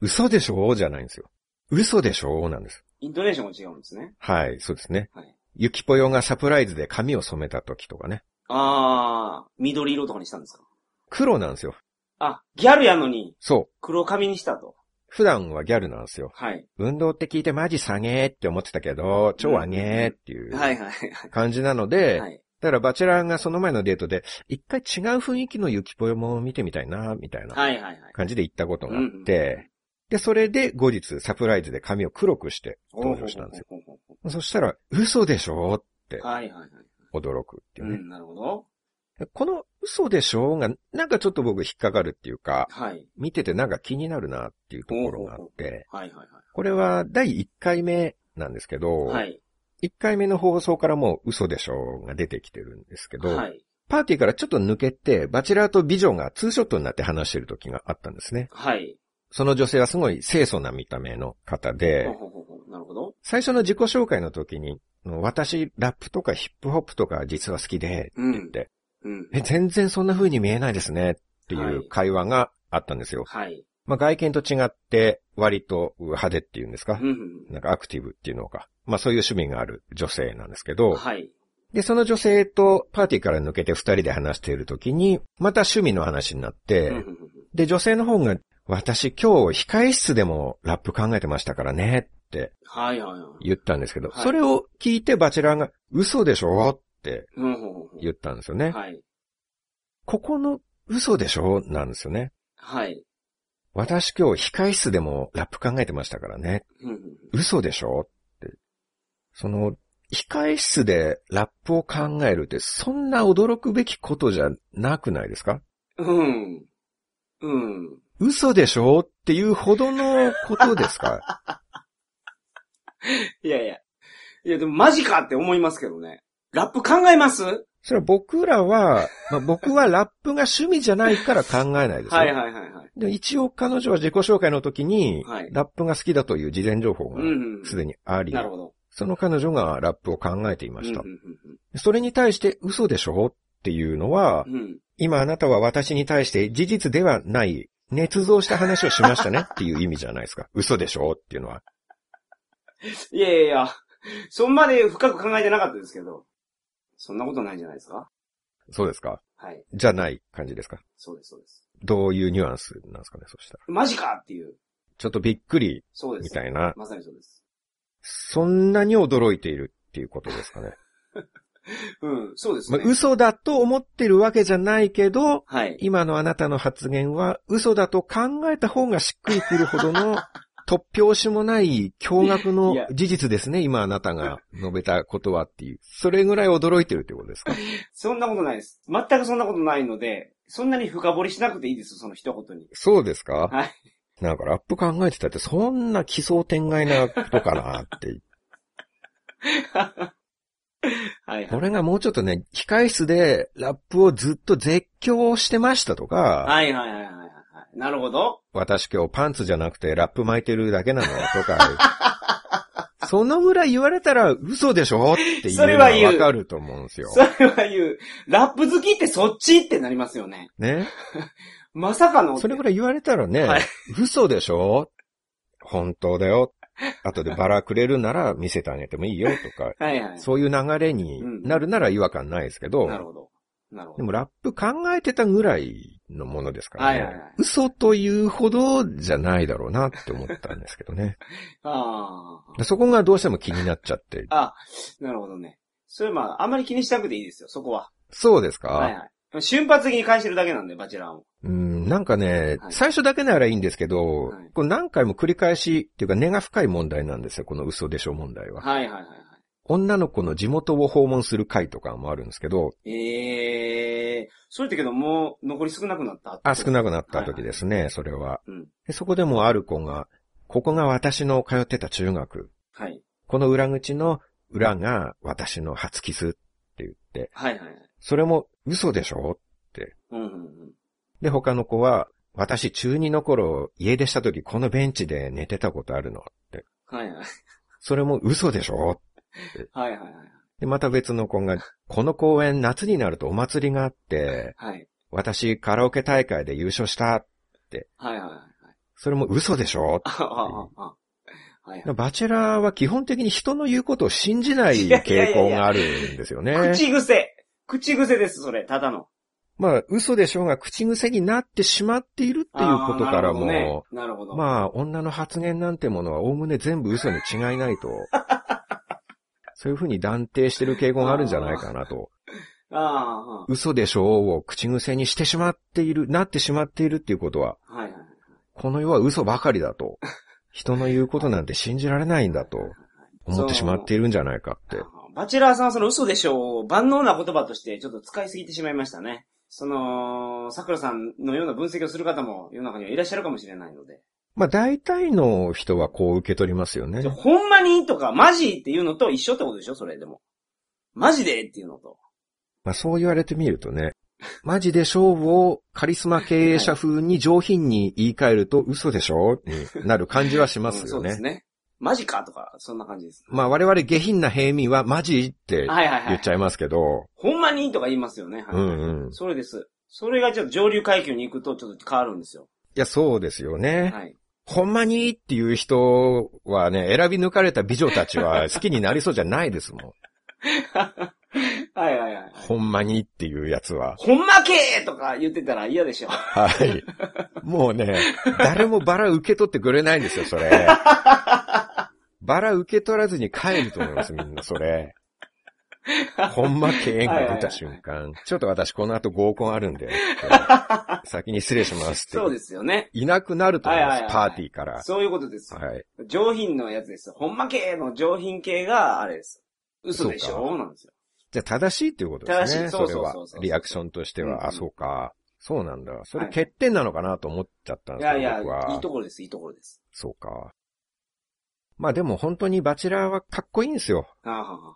嘘でしょじゃないんですよ。嘘でしょなんです。
イントネーションが違うんですね。
はい、そうですね
はい。
ゆきぽよがサプライズで髪を染めた時とかね。
あー、緑色とかにしたんですか
黒なんですよ。
あ、ギャルやのに
そう。
黒髪にしたと。
普段はギャルなんですよ。
はい。
運動って聞いてマジ下げーって思ってたけど、超上げーっていう
はいはい
感じなので、
はい。
だからバチェラーがその前のデートで、一回違う雰囲気のゆきぽよも見てみたいな、みたいな
はいはいはい。
感じで行ったことがあっ
うん
て、で、それで後日サプライズで髪を黒くして登場したんですよ。
ほうほうほう
そしたら、嘘でしょって
ほうはいはいはい。
驚くって
う
いうね。
ん、なるほど。
この嘘でしょが、なんかちょっと僕引っかかるっていうか、
はい。
見ててなんか気になるなっていうところがあって、
はいはい
これは第1回目なんですけど、
はい。はい。
1回目の放送からもう嘘でしょが出てきてるんですけど、
はい。
パーティーからちょっと抜けて、バチェラーと美女がツーショットになって話してる時があったんですね。
はい。
その女性はすごい清楚な見た目の方
ほう
で、
ほうほうほうなるほど。
最初の自己紹介の時に、私、ラップとかヒップホップとか実は好きで、
うん
って言って、
うん。
え、全然そんな風に見えないですね、っていう会話があったんですよ。
はい。
まあ、外見と違って、割と派手っていうんですか
う、ん。
なんかアクティブっていうのか。まあ、そういう趣味がある女性なんですけ
うん
ど、
はい。
で、その女性とパーティーから抜けて二人で話しているときに、また趣味の話になって、
うんうんうん
で、女性の方が、私今日控え室でもラップ考えてましたからねって
はいはいはい。
言ったんですけど、
はい
それを聞いてバチェラーが嘘でしょって
うんほうほうほう
言ったんですよね。
はい。
ここの嘘でしょなんですよね。
はい。
私今日控室でもラップ考えてましたからね。
うんうんうん
嘘でしょって。その、控室でラップを考えるってそんな驚くべきことじゃなくないですか
うん。うん。
嘘でしょっていうほどのことですか
いやいや。いや、でもマジかって思いますけどね。ラップ考えますは
それは僕らは、まあ、僕はラップが趣味じゃないから考えないですよ。
いはいはいはい。
でも一応彼女は自己紹介の時に、
はい
ラップが好きだという事前情報が
うんうんうん
すでにあり、
なるほど。
その彼女がラップを考えていました
うん。うん
それに対して嘘でしょっていうのは、
うんうん。うん
今あなたは私に対して事実ではない、捏造した話をしま したねっていう意味じゃないですか。嘘でしょっていうのは。
いやいやいや、そんまで深く考えてなかったですけど、そんなことないんじゃないですか
そうですか
はい。
じゃない感じですか
そうです、そうです。
どういうニュアンスなんですかねそしたら。
マジかっていう。
ちょっとびっくり
そうで
み
す。
たいな。
まさにそうです。
そんなに驚いているっていうことですかね。
うん、そうです
ま
ね
あ。嘘だと思ってるわけじゃないけど、
はい。
今のあなたの発言は嘘だと考えた方がしっくりくるほど の突拍子もない驚愕の
いや
事実ですね、今あなたが述べたことはっていう。それぐらい驚いてるってことですか
そんなことないです。全くそんなことないので、そんなに深掘りしなくていいですよ、その一言に。
そうですか
はい。
なんかラップ考えてたってそんな奇想天外なことかなって。
はいはい。
俺がもうちょっとね、控室でラップをずっと絶叫してましたとか、
はいはいはいはいはい。なるほど。
私今日パンツじゃなくてラップ巻いてるだけなのとか、 そのぐらい言われたら嘘でしょっていう
それ
の
は言う
はわかると思うんですよ。
それは言う。ラップ好きってそっちってなりますよね。
ね。
まさかの。
それぐらい言われたらね、
はい
嘘でしょ本当だよ。後でバラくれるなら見せてあげてもいいよとか、
はいはい。
そういう流れになるなら違和感ないですけど、
なるほど。なるほ
で
ど。
もラップ考えてたぐらいのものですからね、
はいはいはい
嘘というほどじゃないだろうなって思ったんですけどね。
ああ。
そこがどうしても気になっちゃって、
あ、なるほどね。それまあ、あんまり気にしなくていいですよ、そこは。
そうですか、
はいはい。瞬発的に返してるだけなんで、バチェラーを。
うん、なんかね、
はい
最初だけならいいんですけど、
はい
こう何回も繰り返し、っていうか根が深い問題なんですよ、この嘘でしょ問題は。
はいはいはいはい。
女の子の地元を訪問する会とかもあるんですけど、
ええー、それだけどもう残り少なくなった
あ、少
い。
なくなった時ですね、それは
うん。
でそこでもある子が、ここが私の通ってた中学、
はい。
この裏口の裏が私の初キスって言って、
はいはいはい。
それも嘘でしょ
うんうんうん。
で、他の子は、私中2の頃、家出した時このベンチで寝てたことあるのって。
はいはい。
それも嘘でしょ
はいはいはい。
で、また別の子が、この公園夏になるとお祭りがあって、
はい。
私カラオケ大会で優勝した。
はいはいはい。
それも嘘でしょ
ああ、ああ、あはいは
バチェラーは基本的に人の言うことを信じない傾向があるんですよね。
い。口癖口癖です、それ、ただの。
まあ、嘘でしょうが口癖になってしまっているっていうことからも、
ああなるほどね。なるほど。
まあ、女の発言なんてものはおおむね全部嘘に違いない と、そういうふうに断定してる傾向があるんじゃないかなと。
ああ、あ
嘘でしょうを口癖にしてしまっている、なってしまっているっていうことは、
あはいはい。
この世は嘘ばかりだ と。人の言うことなんて信じられないんだと思ってしまっているんじゃないかって。
ああバチェラーさんはその嘘でしょう。万能な言葉としてちょっと使いすぎてしまいましたね。その、桜さんのような分析をする方も世の中にはいらっしゃるかもしれないので。
まあ大体の人はこう受け取りますよね
じゃ。ほんまにとか、マジっていうのと一緒ってことでしょそれでも。マジでっていうのと。
まあそう言われてみるとね、マジでしょうをカリスマ経営者風に上品に言い換えると嘘でしょうになる感じはします
うんそ
よ
うです
ね。
ね。マジかとか、そんな感じです。
まあ我々下品な平民はマジって
はいはいは
言っ
い
ち。ゃいますけど、
ほんまにとか言いますよね。はい、
うんうん。い
それです。それがちょっと上流階級に行くとちょっと変わるんですよ。
やそうですよね。
はい。
ほんまにっていう人はね、選び抜かれた美女たちは好きになりそうじゃないです もん。
はいはいはい。
ほんまにっていうやつは。
ほんまけーとか言ってたら嫌でし ょ。
はい。もうね、誰もバラ受け取ってくれないんですよ、そ れ。バラ受け取らずに帰ると思います、みんな、それ。ほんま敬遠が出た瞬間、ちょっと私この後合コンあるん で、って先に失礼しますって。
そうですよね。
いなくなると思いま
はい
す
は、い
パ
はい
ーティーから。
そういうことです。
はい。
上品のやつです。ほんま系の上品系が、あれです。嘘でし
そう
ょなんですよ。
じゃあ正しいっていうことです
正し
ね。
いそう
そ
そう
れ
そう
は
そう。
リアクションとして
うんうん
は、あ、そうか。そうなんだ。それ
はい
欠点なのかなと思っちゃったん
い
です
や
よ、
いや、
僕は。
いいところです、いいところです。
そうか。まあでも本当にバチェラーはかっこいいんですよ。
あーはーは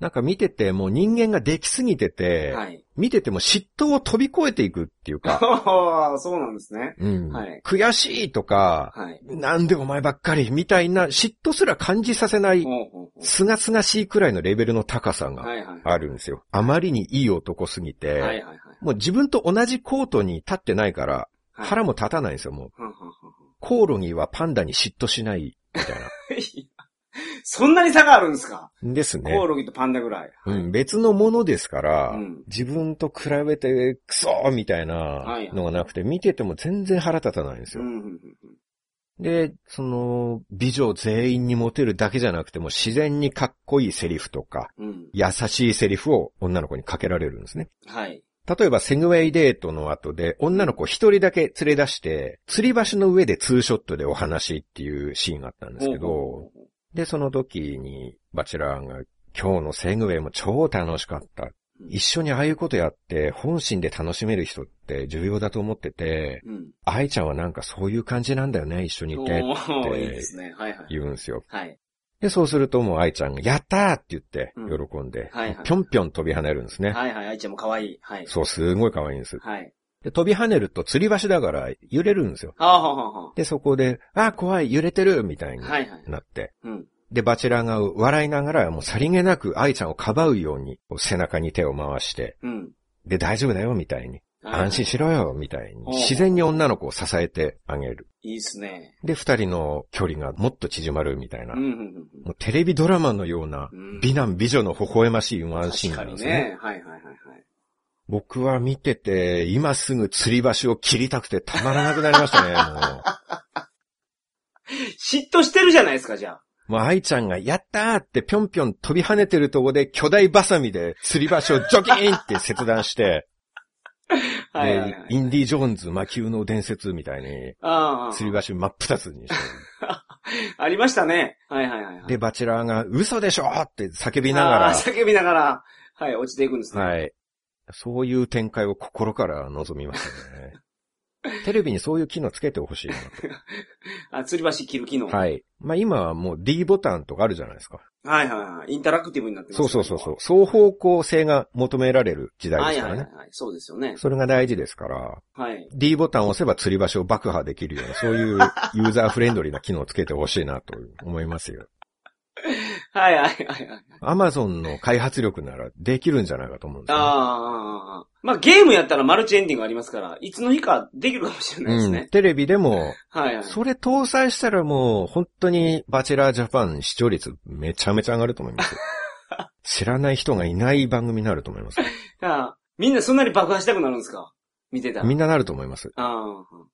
なんか見ててもう人間ができすぎて
ー
て、
はーはい。
見てても嫉妬を飛び越えていくっていうか、
あーそうなんですね。
うん
はい
悔しいとか、
はい。
なんでお前ばっかりみたいな嫉妬すら感じさせない、
ほうほうほ
すがすがしいくらいのレベルの高さ
う
が
はいはい。
あるんですよ。あまりにいい男すぎて、
はいはいはい。
もう自分と同じコートに立ってないから、
はい
腹も立たないんですよ、もう。
はんはんはんは
コオロギはパンダに嫉妬しない、みたい
ん いやそんなに差があるんですか
な。です
コ
ね。
オロギとパンダぐらい。
うん、別のものですから、
うん
自分と比べてクソーみたいなのがなくて、見てても全然腹立たないんです
う
よ。
んうんうん
で、その、美女全員にモテるだけじゃなくても自然にかっこいいセリフとか、
うん。
優しいセリフを女の子にかけられるんですね。
はい。
例えばセグウェイデートの後で女の子一人だけ連れ出して、吊り橋の上でツーショットでお話っていうシーンがあったんですけど、
ほうほうほうほ
で、その時にバチェラーが今日のセグウェイも超楽しかった。
う
一緒にああいうことやって本心で楽しめる人って重要だと思ってて、
うん。
愛ちゃんはなんかそういう感じなんだよね、一緒にいて。
おー
て
いいですね。はいはい。
言うんですよ。
はい。
で、そうするともう愛ちゃんが、やったーって言って
うん、
喜んで、
はいはい
ぴょんぴょん飛び跳ねるんですね。
はいはい。愛ちゃんも可愛い。はい。
そう、すごい可愛いんです。
はい。
で、飛び跳ねると吊り橋だから揺れるんですよ。
はあはあはあは
で、そこで、あー、怖い、揺れてるみたい
あ。
に
はいはい。
なって。
うん。
で、バチェラーが笑いながら、もうさりげなく愛ちゃんをかばうように、こう背中に手を回して、
うん。
で、大丈夫だよ、みたいに。安心しろよ、みたい
おう
に。自然に女の子を支えてあげる。
いいですね。
で、二人の距離がもっと縮まるみたいな。
うん
も
うんうんうん。
うテレビドラマのような
うん、
美男美女の微笑ましいワンシーンなんで
確か
す
に
ね。
ね。はいはいはいはい。
僕は見てて、今すぐ吊り橋を切りたくてたまらなくなりましたね、もう。
嫉妬してるじゃないですか、じゃあ。
もう愛ちゃんが、やったーってぴょんぴょん飛び跳ねてるとこで巨大バサミで吊り橋をジョキーンって切断して、
はいはい
で、インディ・ジョーンズ魔球の伝説みたいに、
ああ
吊り橋真っ二つにして、
ありましたね。はいはいはいはい。
で、バチェラーが嘘でしょーって叫びな
あ
が
ー叫びながら、はい、落ちていくんです
ら、
ね。
はい。そういう展開を心から望みま したね。テレビにそういう機能つけてほしいな
あ、吊り橋切る機能。
と。
はい。
はい。まあ今はもう D ボタンとかあるじゃないですか。
はいはいはい。インタラクティブになってます
そ
ね
うそうそうそう。。双方向性が求められる時代
は
で
い
すか
は
ら
いは
ね
い。。はいそうですよね。
それが大事ですから、
はい。
D ボタンを押せば吊り橋を爆破できるような、そういうユーザーフレンドリーな機能をつけてほしいなと思いますよ。
はいはいはいはい。
アマゾンの開発力ならできるんじゃないかと思うんですよね、
ああ、まあゲームやったらマルチエンディングありますから、いつの日かできるかもしれないです
うん。
ね。
テレビでも、
はいはい。
それ搭載したらもう本当にバチェラージャパン視聴率めちゃめちゃ上がると思いますよ。 知らない人がいない番組になると思います。
あーみんなそんなに爆破したくなるんですか見てたら。
みんななると思います。
ああ、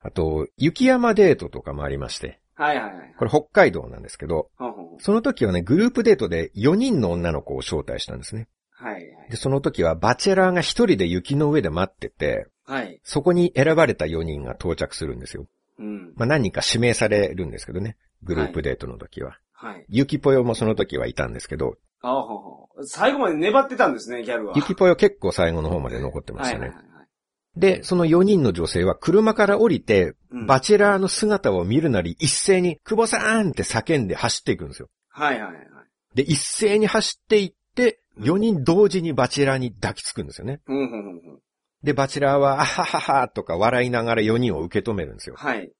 あと、雪山デートとかもありまして、
はいはいはい。
これ北海道なんですけど、
ほうほうほう
その時はね、グループデートで4人の女の子を招待したんですね。
はいはい。
で、その時はバチェラーが一人で雪の上で待ってて、
はい。
そこに選ばれた4人が到着するんですよ。
うん。
まあ何人か指名されるんですけどね。グループデートの時は。
はい。
ゆきぽよもその時はいたんですけど、
ああ、ほうほう最後まで粘ってたんですね、ギャルは。
ゆきぽよ結構最後の方まで残ってましたね。
はいはいはいはい。
で、その4人の女性は車から降りて、
うん
バチェラーの姿を見るなり一斉に、久保さんって叫んで走っていくんですよ。
はいはいはい。
で、一斉に走っていって、4人同時にバチェラーに抱きつくんですよね。
うんうんうんうん。
で、バチェラーは、あはははとか笑いながら4人を受け止めるんですよ。
はい。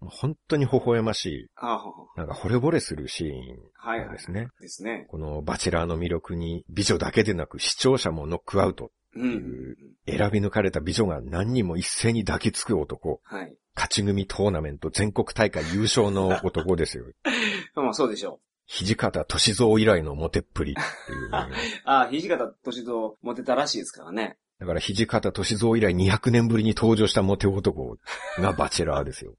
もう本当に微笑ましい、
ああ、ほうほう
なんか惚れ惚れするシー
はい
ンな
は。
いんですね。
ですね。
このバチェラーの魅力に美女だけでなく視聴者もノックアウト。
うんうんうん。
選び抜かれた美女が何人も一斉に抱きつく男。
はい。
勝ち組トーナメント全国大会優勝の男ですよ。
まあそうでしょ
土方歳三以来のモテっぷりっていうね、
う。 ああ、土方歳三モテたらしいですからね。
だから土方歳三以来200年ぶりに登場したモテ男がバチェラーですよ。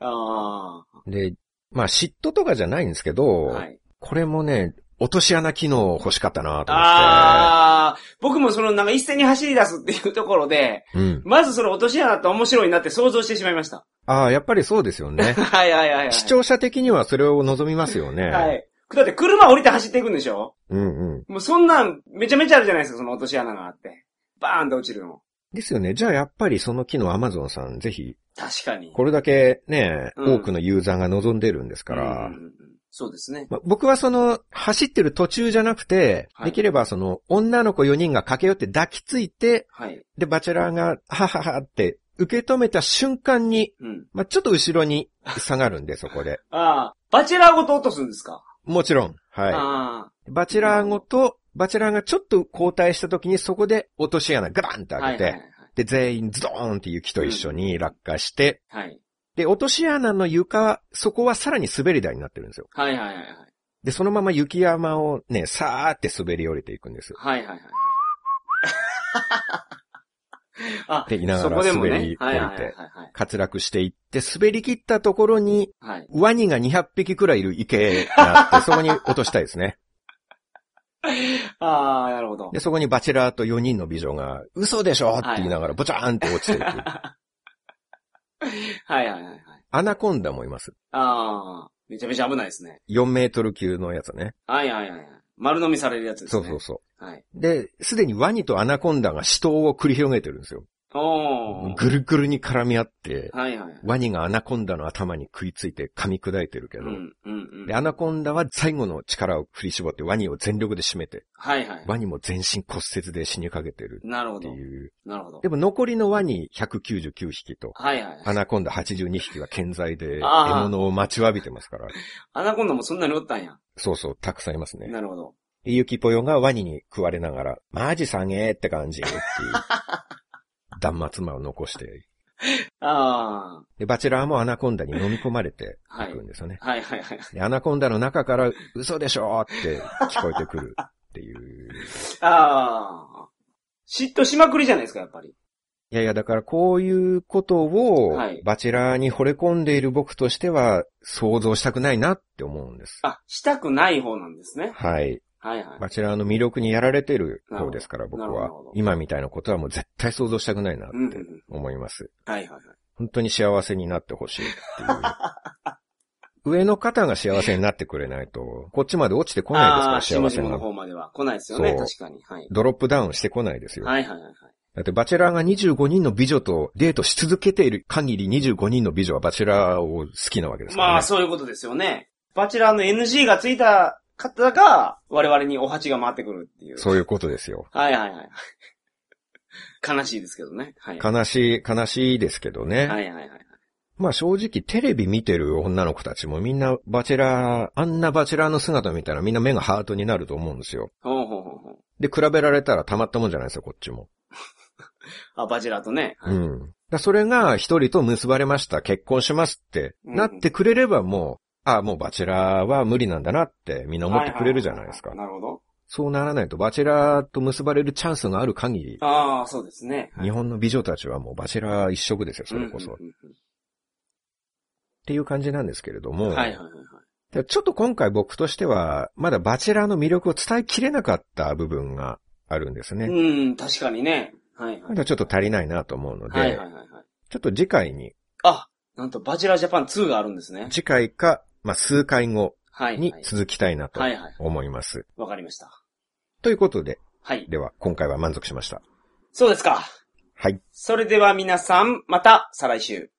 あ
で、まあ嫉妬とかじゃないんですけど、
あ。はい。
これもね、落とし穴機能欲しかったなと思って。
ああ、僕もそのなんか一斉に走り出すっていうところで、
うん。
まずその落とし穴って面白いなって想像してしまいました。。
ああ、やっぱりそうですよね
はいはいはいはい。
視聴者的にはそれを望みますよね。
はい。だって車降りて走っていくんでしょ
うんうん。
もうそんなんめちゃめちゃあるじゃないですか、その落とし穴があって。バーンと落ちるの。
ですよね。じゃあやっぱりその機能 Amazon さんぜひ、
確かに。
これだけね、
うん
多くのユーザーが望んでるんですから、
うんうんうんそうですね。
ま僕はその、走ってる途中じゃなくて、
はい
できればその、女の子4人が駆け寄って抱きついて、
はい。
で、バチェラーが、はははって、受け止めた瞬間に、
うん。
まあ、ちょっと後ろに下がるんで、そこで。
ああ、バチェラーごと落とすんですか、
もちろん。は
あ
い。バチェラーごと、バチェラーがちょっと交代した時に、そこで落とし穴ガバンって
あ。
開けて、
はいはい
で、全員ズドーンって雪と一緒に落下して、
はい。
で、落とし穴の床、そこはさらに滑り台になってるんですよ。
はいはいはいはい。
で、そのまま雪山をね、さーって滑り降りていくんです。
はいはいはい。あ
て言いなが
そこ
ら
でも
滑
ね
り降りて、
はいはいはいはい。
滑落していって、滑り切ったところに、
はい。
ワニが200匹くらいいる池があって、そこに落としたいですね。
ああ、なるほど
で、。そこにバチェラーと4人の美女が、嘘でしょって言いながら、ぼちゃーんって落 ちていく。
はいはいはいはい。
アナコンダもいます。
ああ、めちゃめちゃ危ないですね。
4メートル級のやつね。
はいはいはいはい。丸飲みされるやつです
そ
ね。
うそうそう。
う。はい。
で、すでにワニとアナコンダが死闘を繰り広げてるんですよ。
おー。
ぐるぐるに絡み合って、
はいはいはい。
ワニがアナコンダの頭に食いついて噛み砕いてるけ
う
ど、
ん、うん、うん。
で、アナコンダは最後の力を振り絞ってワニを全力で締めて、
はいはい。
ワニも全身骨折で死にかけてる
なるほ
って
ど。
いう。
なるほど
で。も残りのワニ199匹と、
はいはい。
アナコンダ82匹が健在で、獲
あー
物を待ちわびてますから、
アナコンダもそんなにおったんや。
そうそう、たくさんいますね。
なるほど。
ゆきぽよがワニに食われながら、マジさげーって感じって いう、断末魔を残して、
あ
で、バチェラーもアナコンダに飲み込まれていくんですよね。
あ、はいはいはい。
で、アナコンダの中から、嘘でしょーって聞こえてくるっていう。
ああ、嫉妬しまくりじゃないですか、やっぱり。
いやいや、だからこういうことを、
はい
バチェラーに惚れ込んでいる僕としては、想像したくないなって思うんです。
あ、したくない方なんですね。
はい。
はいはい。
バチェラーの魅力にやられてる方ですから、僕
なるほどな
は
るほど。
今みたいなことはもう絶対想像したくないなっ
うん、う
て
ん。
思います。
はいはいはい。
本当に幸せになってほしいっていう。上の方が幸せになってくれないと、こっちまで落ちてこない
ああ、
ですから、
下
幸せ
々の
な。
方までは来ないですよね、
そう
確かに。はい。
ドロップダウンしてこないですよ。
はいはいはいはい。
だって、バチェラーが25人の美女とデートし続けている限り25人の美女はバチェラーを好きなわけですから、ね。
まあ、そういうことですよね。バチェラーの NG がついた方が、我々にお鉢が回ってくるっていう。
そういうことですよ。
はいはいはい。悲しいですけどね。はい。は
悲しい、悲しいですけどね。
いはいはい。
まあ正直テレビ見てる女の子たちもみんなバチェラー、あんなバチェラーの姿見たらみんな目がハートになると思うんですよ。
ほうほうほうほう。
で、比べられたらたまったもんじゃないですよ、こっちも。
あ、バチェラーとね。は
う
い
ん。だからそれが一人と結ばれました、結婚しますって、
うん
なってくれればもう、ああ、もうバチェラーは無理なんだなってみんな思ってくれるじゃないですか
は。ははなるほど。
そうならないとバチェラーと結ばれるチャンスがある限り、
ああ、そうですね。
日本の美女たちはもうバチェラー一色ですよ、それこそ。
うん
っ
うんうん
ていう感じなんですけれど
う
も、
んはいはいはいはい。
でちょっと今回僕としては、まだバチェラーの魅力を伝えきれなかった部分があるんですね。
うん、確かにね。はいは
ま
い。
だちょっと足りないなと思うので、
はいはいはいはい。
ちょっと次回に、
あ、なんとバチェラージャパン2があるんですね。
次回か、まあ、数回後
はい。
に
はい
続きたいなと
はいはい。
思います。
わかりました。
ということで、
はい。
では今回は満足しました。
そうですか。
はい。
それでは皆さん、また、再来週。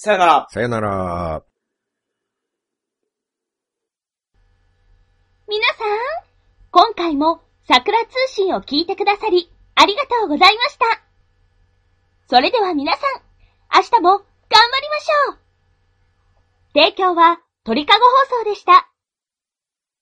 さよなら。
さよなら。
皆さん、今回も桜通信を聞いてくださり、ありがとうございました。それでは皆さん、明日も頑張りましょう提供は鳥かご放送でした。